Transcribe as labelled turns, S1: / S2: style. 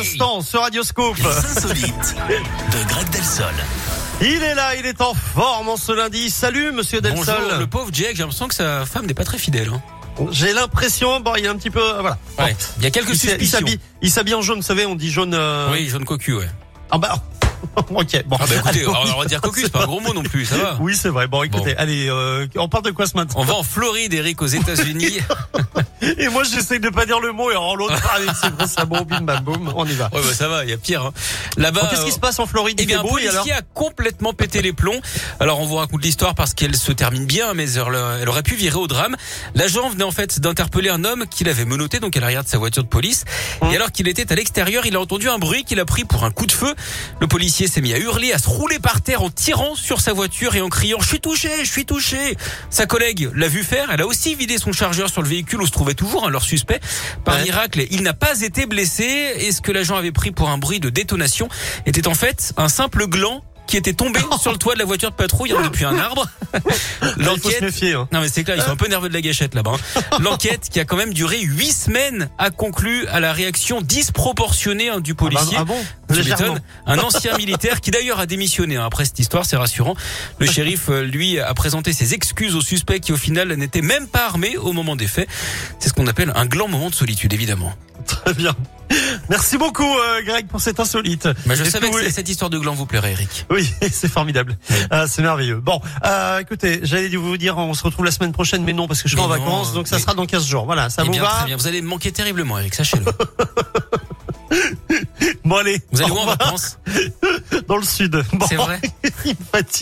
S1: instant sur Radioscope.
S2: Les insolites de Greg Delsol.
S1: Il est là, il est en forme en ce lundi. Salut Monsieur
S3: Bonjour, le
S1: Delsol.
S3: pauvre Jack, j'ai l'impression que sa femme n'est pas très fidèle. hein.
S1: J'ai l'impression, bon, il est un petit peu, voilà.
S3: Ouais, Il y a
S1: Il
S3: quelques
S1: s'est- il
S3: suspicions.
S1: s'habille, il s'habille en jaune, vous savez, on dit jaune. euh,
S3: Oui, jaune cocu, ouais.
S1: Ah bah, ok. Bon.
S3: Ah bah écoutez,
S1: Allez, on
S3: on,
S1: y
S3: va dire
S1: va,
S3: cocu, c'est pas un gros mot non plus, ça va.
S1: Oui, c'est vrai. Bon, écoutez, allez, euh, on parle de quoi ce matin
S3: On va en Floride, Eric, aux États-Unis.
S1: Et moi, j'essaie de pas dire le mot et en l'autre, allez, c'est vrai, ça bon, bim, bam, boum, on y va.
S3: ouais, bah ça va, il y a pire. hein.
S1: Bon,
S3: Là-bas.
S1: Qu'est-ce qui
S3: euh,
S1: se passe en Floride
S3: Eh
S1: Il fait
S3: bien, un
S1: beau, et alors
S3: policier a complètement pété les plombs. Alors, on vous raconte l'histoire parce qu'elle se termine bien, mais elle elle aurait pu virer au drame. L'agent venait en fait d'interpeller un homme qu'il avait menotté, donc à l'arrière de sa voiture de police.
S1: Mmh.
S3: Et alors qu'il était à l'extérieur, il a entendu un bruit qu'il a pris pour un coup de feu. Le policier s'est mis à hurler, à se rouler par terre en tirant sur sa voiture et en criant « Je suis touché, je suis touché !» Sa collègue l'a vu faire, elle a aussi vidé son chargeur sur le véhicule où se trouvait toujours hein, leur suspect. Par
S1: Ouais.
S3: miracle, il n'a pas été blessé et ce que l'agent avait pris pour un bruit de détonation était en fait un simple gland qui était tombé sur le toit de la voiture de patrouille hein, depuis un arbre.
S1: Là, Il faut se
S3: L'enquête
S1: méfier. hein.
S3: non mais c'est clair, ils sont un peu nerveux de la gâchette là-bas. hein. L'enquête qui a quand même duré huit semaines a conclu à la réaction disproportionnée hein, du
S1: Ah bah,
S3: policier.
S1: ah bon
S3: Tu
S1: Légèrement.
S3: m'étonnes. Un ancien militaire qui d'ailleurs a démissionné hein, après cette histoire, c'est rassurant. Le shérif, euh, lui, a présenté ses excuses au suspect qui au final n'était même pas armé au moment des faits. C'est ce qu'on appelle un gland moment de solitude évidemment.
S1: Très bien. Merci beaucoup, euh, Greg, pour cet insolite.
S3: Mais je
S1: Et
S3: savais
S1: puis,
S3: que
S1: oui,
S3: cette histoire de gland vous plairait Eric.
S1: Oui, c'est formidable. Ah, c'est merveilleux. Bon, euh, écoutez, j'allais vous dire, on se retrouve la semaine prochaine, mais non, parce que je suis
S3: Mais
S1: en
S3: non,
S1: vacances, donc ça
S3: mais-
S1: sera dans 15 jours. Voilà, ça
S3: Eh
S1: vous
S3: bien,
S1: va
S3: très bien. Vous allez me manquer terriblement Eric, sachez-le.
S1: Bon, allez,
S3: Vous allez
S1: au
S3: où en
S1: revoir.
S3: vacances
S1: dans le sud. Bon,
S3: C'est vrai
S1: il me fatigue.